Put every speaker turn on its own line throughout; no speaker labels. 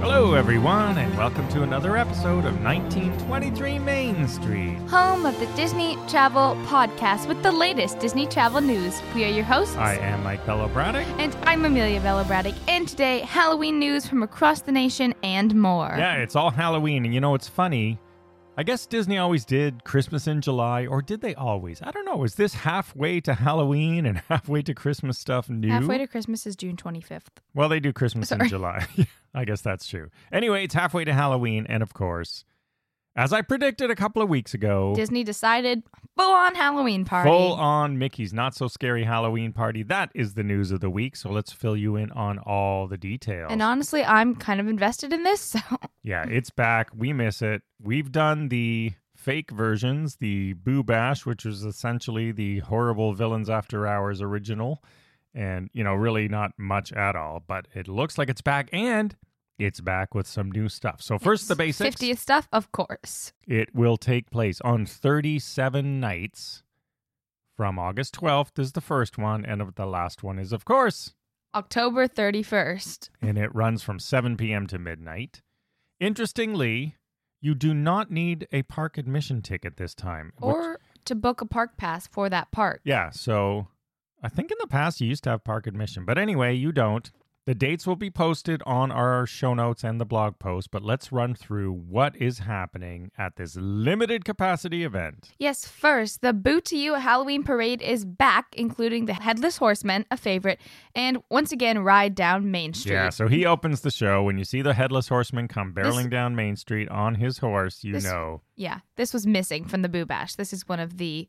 Hello, everyone, and welcome to another episode of 1923 Main Street.
home of the Disney Travel Podcast with the latest Disney travel news. We are your hosts.
I am Mike Bello Braddock.
And I'm Amelia Bella Braddock, and today, Halloween news from across the nation and more.
Yeah, it's all Halloween, and you know, it's funny. I guess Disney always did Christmas in July, or did they always? I don't know. Is this halfway to Halloween and halfway to Christmas stuff new?
Halfway to Christmas is June 25th.
Well, they do Christmas in
Sorry.
July. I guess that's true. Anyway, it's halfway to Halloween, and of course, as I predicted a couple of weeks ago,
Disney decided full on Halloween party.
Full on Mickey's Not So Scary Halloween Party. That is the news of the week. So let's fill you in on all the details.
And honestly, I'm kind of invested in this, so
yeah, it's back. We miss it. We've done the fake versions, the Boo Bash, which was essentially the horrible Villains After Hours original. And, you know, really not much at all. But it looks like it's back and it's back with some new stuff. So, first, the basics.
50th stuff, of course.
It will take place on 37 nights from August 12th is the first one and the last one is of course
October 31st.
and it runs from 7 p.m. to midnight. Interestingly, you do not need a park admission ticket this time. which-
Or to book a park pass for that park.
yeah, so I think in the past you used to have park admission, but anyway, you don't. The dates will be posted on our show notes and the blog post, but let's run through what is happening at this limited capacity event.
Yes, first, the Boo to You Halloween Parade is back, including the Headless Horseman, a favorite, and once again, Ride Down Main Street.
Yeah, so he opens the show. When you see the headless horseman come barreling
This-
down Main Street on his horse, you
This-
know.
Yeah, this was missing from the Boo Bash. This is one of the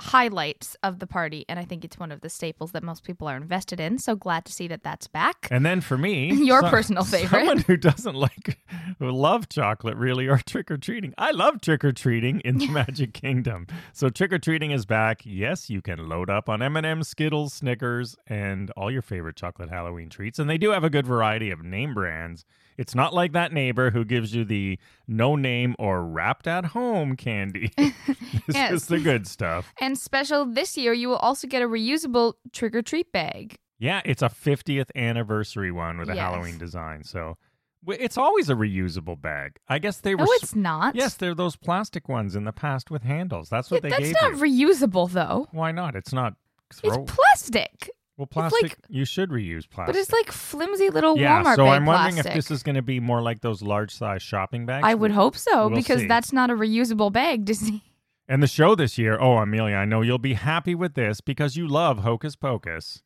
highlights of the party, and I think it's one of the staples that most people are invested in. So glad to see that that's back.
And then for me,
Your personal favorite.
someone who doesn't like who love chocolate really or trick or treating. I love trick or treating in the Magic Kingdom. So trick or treating is back. Yes, you can load up on M&M, Skittles, Snickers, and all your favorite chocolate Halloween treats. And they do have a good variety of name brands. It's not like that neighbor who gives you the no name or wrapped at home candy. this
Yes.
is the good stuff.
And special this year, you will also get a reusable trick or treat bag.
Yeah, it's a 50th anniversary one with a
Yes.
Halloween design. So w- it's always a reusable bag. I guess they were.
No,
s-
Oh, it's not.
Yes, they're those plastic ones in the past with handles. That's
Yeah,
what they
that's
gave
not
you.
reusable, though.
Why not? It's not. Throw-
It's plastic,
well,
like-
plastic. you should reuse plastic.
but it's like flimsy little
yeah.
Walmart
so
bag
I'm wondering
plastic.
if this is going to be more like those large size shopping bags.
I would hope so
We'll
because
see.
that's not a reusable bag, Disney.
And the show this year. Oh, Amelia, I know you'll be happy with this because you love Hocus Pocus.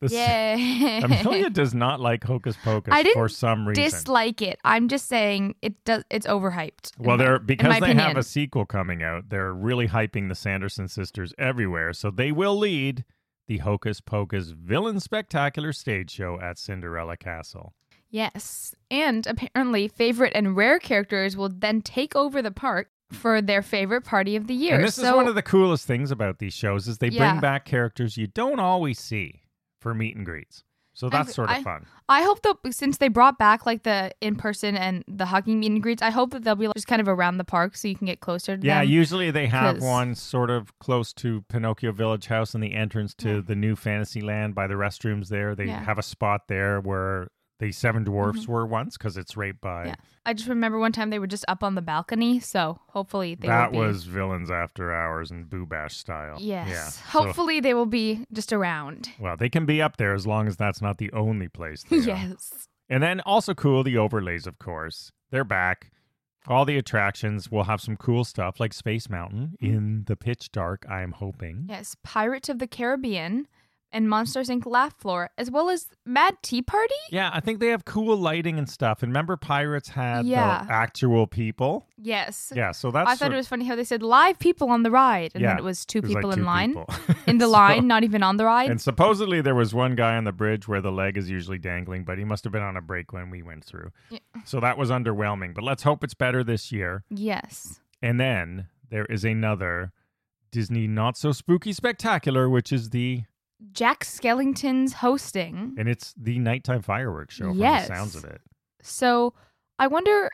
The s- Amelia
Yay!
does not like Hocus Pocus
I didn't
for some reason.
Dislike it. I'm just saying it does. It's overhyped. in
Well,
my-
they're
in
because they
my opinion.
have a sequel coming out. They're really hyping the Sanderson sisters everywhere, so they will lead the Hocus Pocus Villain Spectacular stage show at Cinderella Castle.
yes, and apparently favorite and rare characters will then take over the park for their favorite party of the year.
And this
so
is one of the coolest things about these shows is they bring
Yeah.
back characters you don't always see for meet and greets. So that's sort of
I-
fun.
I hope that since they brought back like the in person and the hugging meet and greets, I hope that they'll be like, just kind of around the park so you can get closer to
Yeah,
them.
usually they have
'cause-
one sort of close to Pinocchio Village House and the entrance to the new Fantasyland by the restrooms there. They
Yeah. Mm-hmm.
have a spot there where the Seven Dwarfs were once because it's right by
Yeah. I just remember one time they were just up on the balcony, so hopefully they
that
will be-
was villains after hours and boo bash style.
Yes.
Yeah. so-
Hopefully they will be just around.
well, they can be up there as long as that's not the only place. They Are.
Yes.
And then also cool the overlays, of course. They're back. All the attractions will have some cool stuff like Space Mountain
Mm-hmm.
in the pitch dark. I am hoping.
Yes, Pirates of the Caribbean and Monsters Inc. Laugh Floor, as well as Mad Tea Party.
Yeah, I think they have cool lighting and stuff. And remember, pirates had
Yeah.
the actual people.
Yes.
Yeah, so that's
I thought
sort
it was funny how they said live people on the ride, and
Yeah,
then it was two
it was like
people in line,
people.
in the
So-
line, not even on the ride.
And supposedly there was one guy on the bridge where the leg is usually dangling, but he must have been on a break when we went through.
Yeah.
So that was underwhelming, but let's hope it's better this year.
yes.
And then there is another Disney Not So Spooky Spectacular, which is the
Jack Skellington's hosting.
and it's the nighttime fireworks show
Yes.
from the sounds of it.
So I wonder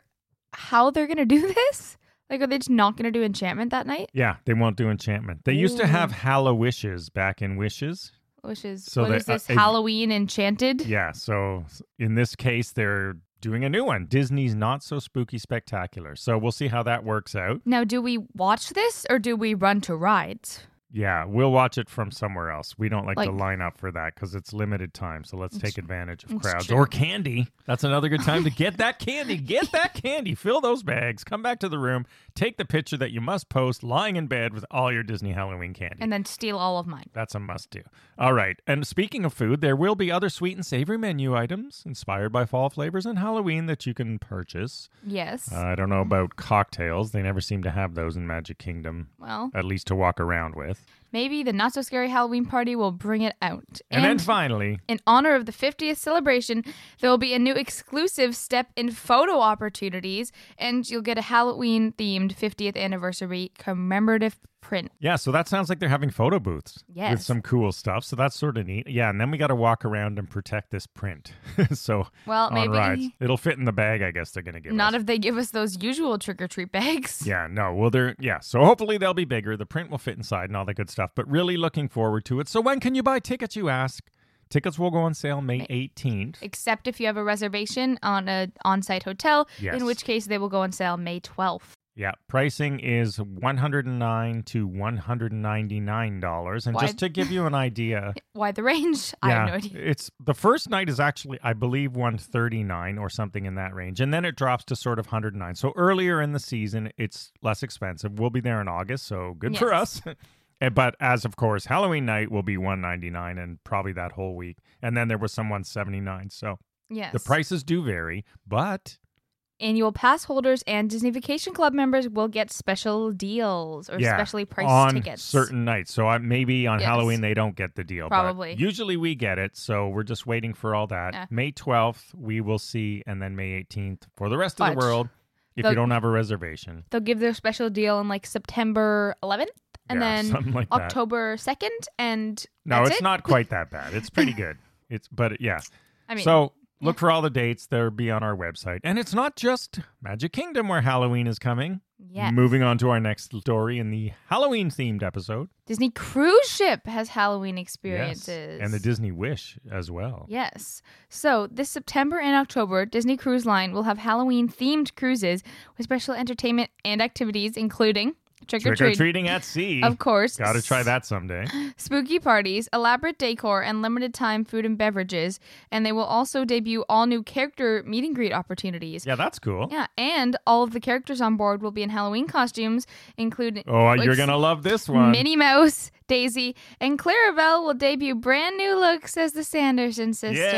how they're going to do this. Like, are they just not going to do enchantment that night?
Yeah, they won't do enchantment. They used to
Ooh.
have Hallow Wishes back in Wishes.
Which is,
So
what
they-
is this,
uh, if-
Halloween Enchanted?
Yeah, so in this case they're doing a new one Disney's Not So Spooky Spectacular. So we'll see how that works out.
Now, do we watch this or do we run to rides?
Yeah, we'll watch it from somewhere else. We don't like, to
Like-
line up for that because it's limited time. So let's take advantage of
it's
crowds
true.
or candy. That's another good time to get that candy. Get that candy. Fill those bags. Come back to the room. Take the picture that you must post lying in bed with all your Disney Halloween candy.
And then steal all of mine.
That's a must do. All right. And speaking of food, there will be other sweet and savory menu items inspired by fall flavors and Halloween that you can purchase.
Yes.
Uh, I don't know about cocktails. They never seem to have those in Magic Kingdom,
well,
at least to walk around with.
maybe the not so scary Halloween party will bring it out.
And, then finally,
in honor of the 50th celebration, there will be a new exclusive step in photo opportunities, and you'll get a Halloween themed 50th anniversary commemorative print.
yeah, so that sounds like they're having photo booths with
Yes.
some cool stuff. So that's sort of neat. Yeah, and then we got to walk around and protect this print. so
Well,
on
maybe
rides, it'll fit in the bag, I guess they're going to give us.
not if they give us those usual trick or treat bags.
Yeah, no. Well, they're, yeah. So hopefully they'll be bigger. The print will fit inside and all that good stuff. But really looking forward to it. So when can you buy tickets, you ask? Tickets will go on sale May 18th.
Except if you have a reservation on a on-site hotel,
Yes.
in which case they will go on sale May 12th.
Yeah, pricing is 109 to $199. And
Why-
just to give you an idea,
Why the range? I have no
yeah,
idea.
it's the first night is actually I believe 139 or something in that range and then it drops to sort of 109. So earlier in the season it's less expensive. We'll be there in August, so good for us. And- but as of course Halloween night will be 199 and probably that whole week. And then there was some 179. So
Yes.
the prices do vary, but
Annual pass holders and Disney Vacation Club members will get special deals or
yeah,
specially priced
on
tickets.
certain nights. So I, maybe on
Yes.
Halloween they don't get the deal. but
Probably.
usually we get it, so we're just waiting for all that.
Yeah.
May twelfth we will see, and then May eighteenth for the rest of
But
the world. If
the-
you don't have a reservation,
They'll give their special deal on like September 11th and
yeah,
then
something like that.
October 2nd and
No,
that's
it's
it?
not quite that bad. It's pretty good. It's but yeah.
I mean,
so look for all the dates. They'll be on our website, and it's not just Magic Kingdom where Halloween is coming.
yeah.
Moving on to our next story in the Halloween themed episode.
Disney cruise ship has Halloween
Yes.
experiences.
And the Disney Wish as well.
Yes. So this September and October, Disney Cruise Line will have Halloween themed cruises with special entertainment and activities, including trick or
Trick or
treat,
treating at sea.
of course.
Got to try that someday.
Spooky parties, elaborate decor, and limited time food and beverages. And they will also debut all new character meet and greet opportunities.
Yeah, that's cool.
Yeah, and all of the characters on board will be in Halloween costumes, including
Oh, you're
Looks-
going to love this one.
Minnie Mouse, Daisy, and Clarabelle will debut brand new looks as the Sanderson sisters.
yes,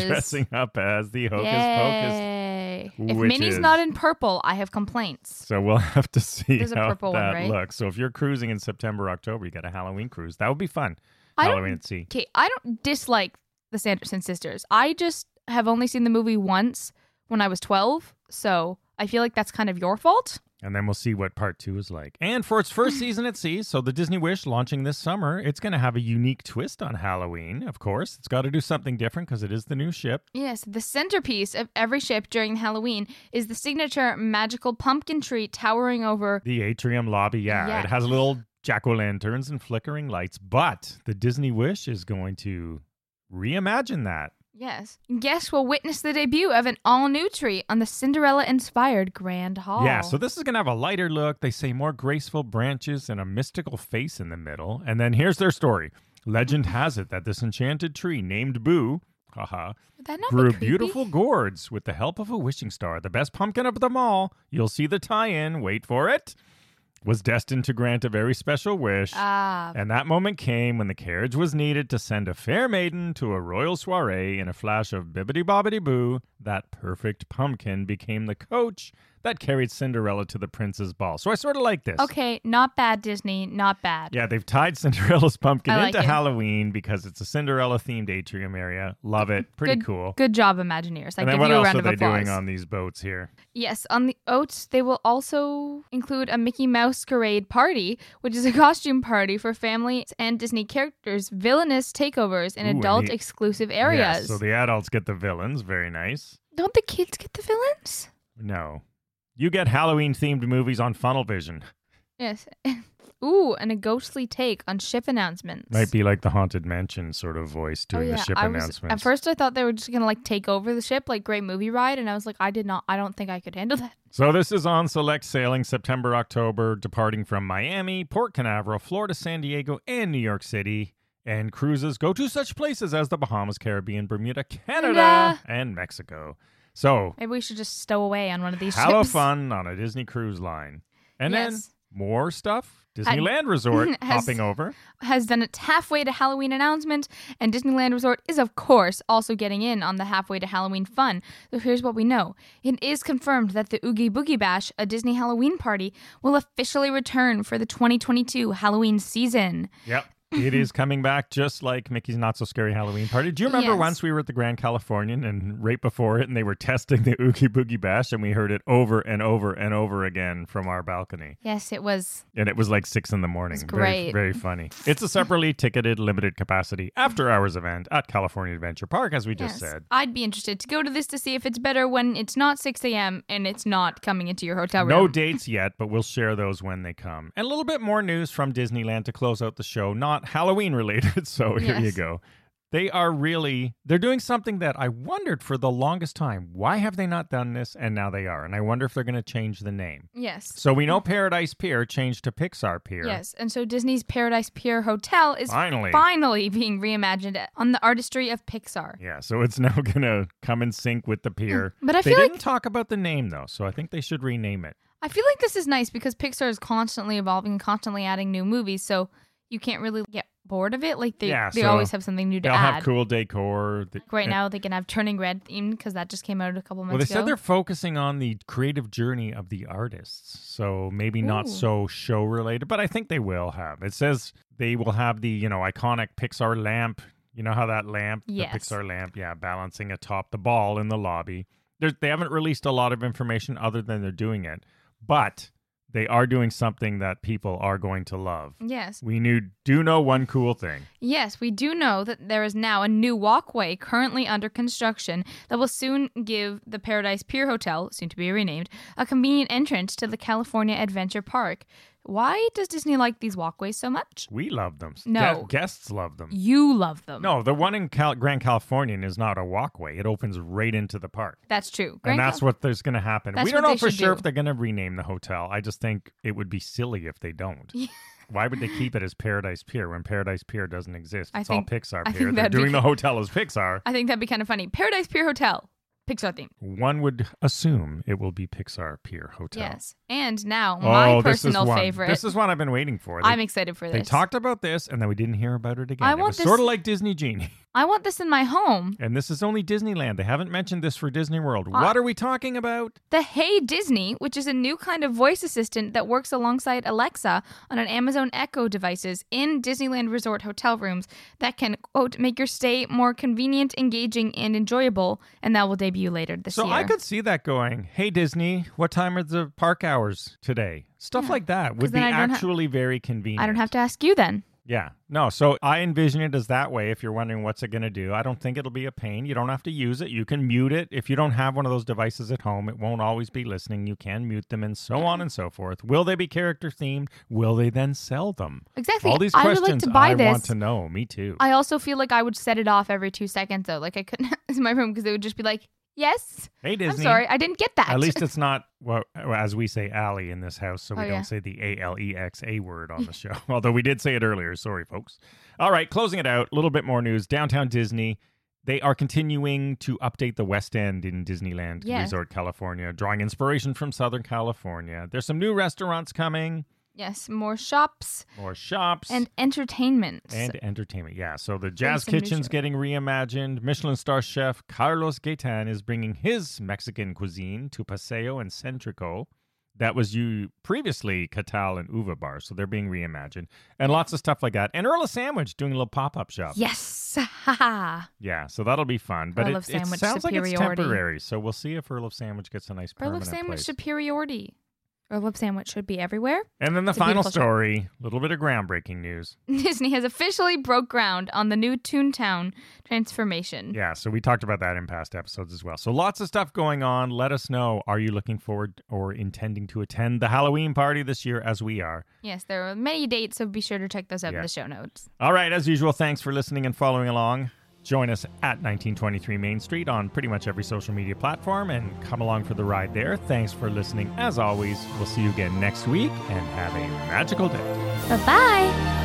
they're dressing up as the Hocus Pocus.
Yay. If Minnie's
witches.
not in purple, I have complaints.
So we'll have to see
There's a
how
purple one,
that
right?
looks. So if you're cruising in September, October, you got a Halloween cruise. That would be fun.
I don't-
Halloween at sea.
Okay, I don't dislike the Sanderson sisters. I just have only seen the movie once when I was 12, so I feel like that's kind of your fault.
And then we'll see what part two is like. And for its first season at sea, so the Disney Wish launching this summer, it's going to have a unique twist on Halloween, of course. It's got to do something different because it is the new ship.
Yes, the centerpiece of every ship during Halloween is the signature magical pumpkin tree towering over.
The atrium lobby, yeah.
Yeah.
It has little jack o' lanterns and flickering lights, but the Disney Wish is going to reimagine that.
Yes. Guests will witness the debut of an all new tree on the Cinderella inspired Grand Hall.
Yeah, so this is going to have a lighter look. They say more graceful branches and a mystical face in the middle. And then here's their story. Legend has it that this enchanted tree named Boo, haha,
Would that not be
grew
creepy?
beautiful gourds with the help of a wishing star, the best pumpkin of them all. You'll see the tie-in, wait for it. Was destined to grant a very special wish.
Ah,
And that moment came when the carriage was needed to send a fair maiden to a royal soiree in a flash of bibbity bobbity boo. That perfect pumpkin became the coach that carried Cinderella to the prince's ball. So I sort of like this.
okay, not bad, Disney, not bad.
Yeah, they've tied Cinderella's pumpkin
I like
into
it.
Halloween because it's a Cinderella themed atrium area. Love it. Pretty
Good-
cool.
Good job, Imagineers. I
and then
give
what
you a
else
round
are
of
they
applause.
doing on these boats here?
Yes, on the oats, they will also include a Mickey Mouse Masquerade Party, which is a costume party for families and Disney characters' villainous takeovers in
Ooh, and
adult
the-
exclusive
Yeah,
areas.
so the adults get the villains. Very nice.
Don't the kids get the villains?
No. You get Halloween themed movies on Funnel Vision.
Yes. Ooh, and a ghostly take on ship announcements.
Might be like the haunted mansion sort of voice
Oh,
doing the ship
I was-
announcements.
At first, I thought they were just gonna like take over the ship, like Great Movie Ride, and I was like, I did not. I don't think I could handle that.
So this is on select sailing September October, departing from Miami, Port Canaveral, Florida, San Diego, and New York City. And cruises go to such places as the Bahamas, Caribbean, Bermuda, Canada,
Canada.
and Mexico. So
Maybe we should just stow away on one of these
hello
ships.
fun on a Disney cruise line, and
Yes.
then more stuff. Disneyland Resort
Has-
hopping over.
Has done its halfway to Halloween announcement, and Disneyland Resort is, of course, also getting in on the halfway to Halloween fun. So here's what we know: it is confirmed that the Oogie Boogie Bash, a Disney Halloween party, will officially return for the 2022 Halloween season.
Yep. It is coming back just like Mickey's Not So Scary Halloween Party. Do you remember
Yes.
once we were at the Grand Californian and right before it, and they were testing the Oogie Boogie Bash, and we heard it over and over and over again from our balcony?
Yes, it was.
And it was like six in the morning.
It's
Very,
great.
very funny. It's a separately ticketed, limited capacity after hours event at California Adventure Park, as we just
yes,
said.
I'd be interested to go to this to see if it's better when it's not 6 a.m. and it's not coming into your hotel room.
No dates yet, but we'll share those when they come. And a little bit more news from Disneyland to close out the show, not Halloween related. So here you
Yes.
go. They are really they're doing something that I wondered for the longest time. Why have they not done this? And now they are. And I wonder if they're going to change the name.
Yes.
So we know Paradise Pier changed to Pixar Pier.
Yes. And so Disney's Paradise Pier Hotel is
Finally.
finally being reimagined on the artistry of Pixar.
Yeah, so it's now going to come in sync with the pier.
But I
they
feel like-
didn't talk about the name though, so I think they should rename it.
I feel like this is nice because Pixar is constantly evolving and constantly adding new movies, so you can't really get bored of it. Like they,
Yeah,
they
so
always have something new to
They'll
add.
have cool decor. The-
Like right now they can have Turning Red themed because that just came out a couple months
Well, they
ago.
said they're focusing on the creative journey of the artists, so maybe not
Ooh.
so show related, but I think they will have. It says they will have the you know iconic Pixar lamp. You know how that lamp,
Yes.
the Pixar lamp, yeah, balancing atop the ball in the lobby. There's, they haven't released a lot of information other than they're doing it, but they are doing something that people are going to love.
yes.
We knew, do know one cool thing.
Yes, we do know that there is now a new walkway currently under construction that will soon give the Paradise Pier Hotel, soon to be renamed, a convenient entrance to the California Adventure Park. Why does Disney like these walkways so much?
We love them.
No.
Gu- guests love them.
You love them.
No, the one in Cal- Grand Californian is not a walkway. It opens right into the park.
That's true.
and
Grand
that's
Cal-
what there's going to happen.
That's
we don't
what
know
they
for
should
sure
do.
if they're going to rename the hotel. I just think it would be silly if they don't. Why would they keep it as Paradise Pier when Paradise Pier doesn't exist?
I
It's
think-
all Pixar
I
Pier.
think
They're
that'd be-
doing the hotel as Pixar.
I think that'd be kind of funny. Paradise Pier Hotel, Pixar theme.
One would assume it will be Pixar Pier Hotel.
Yes. And now
Oh,
my
this is
personal
one.
favorite.
This is one I've been waiting for. They,
I'm excited for this.
they talked about this and then we didn't hear about it again.
I
it
want
was
this-
sort of like Disney Genie.
I want this in my home.
And this is only Disneyland. They haven't mentioned this for Disney World.
Ah.
what are we talking about?
The Hey Disney, which is a new kind of voice assistant that works alongside Alexa on an Amazon Echo devices in Disneyland Resort hotel rooms that can quote make your stay more convenient, engaging, and enjoyable, and that will debut later this
So
year.
I could see that going, hey, Disney, what time are the park hours today? Stuff like that would be
then I don't ha-
actually very convenient.
I don't have to ask you then.
Yeah. No. So I envision it as that way. If you're wondering what's it going to do, I don't think it'll be a pain. You don't have to use it. You can mute it. If you don't have one of those devices at home, it won't always be listening. You can mute them and so on and so forth. Will they be character themed? Will they then sell them?
Exactly.
All these
I would
questions
like to buy
I
this.
want to know. Me too.
I also feel like I would set it off every two seconds though. Like I couldn't in my room because it would just be like, "Yes,
hey, Disney.
I'm sorry, I didn't get that."
At least it's not, well, as we say, alley in this house, so we
Oh,
don't
yeah.
say the A L E X A word on the show. Although we did say it earlier. Sorry, folks. All right, closing it out. A little bit more news. Downtown Disney. They are continuing to update the West End in Disneyland
Yes.
Resort, California, drawing inspiration from Southern California. There's some new restaurants coming,
yes, more shops
more shops,
and entertainment.
and entertainment. Yeah. So the Jazz
some new
Kitchen's
shows.
getting reimagined. Michelin star chef Carlos Gaetan is bringing his Mexican cuisine to Paseo and Centrico. That was you previously Catal and Uva Bar, so they're being reimagined, and lots of stuff like that. And Earl of Sandwich doing a little pop up shop.
yes, ha ha.
Yeah, so that'll be fun. But
Earl
it,
of
it
Sandwich
sounds like it's
superiority.
temporary, so we'll see if Earl of Sandwich gets a nice
Earl
permanent
of Sandwich
place.
superiority. or Web Sandwich should be everywhere.
And then the
It's a
final
beautiful show.
story, a little bit of groundbreaking news.
Disney has officially broke ground on the new Toontown transformation.
Yeah, so we talked about that in past episodes as well. So lots of stuff going on. Let us know. Are you looking forward or intending to attend the Halloween party this year as we are?
Yes, there are many dates, so be sure to check those out
Yeah.
in the show notes.
All right, as usual, thanks for listening and following along. Join us at 1923 Main Street on pretty much every social media platform and come along for the ride there. Thanks for listening. As always, we'll see you again next week and have a magical day.
Bye bye.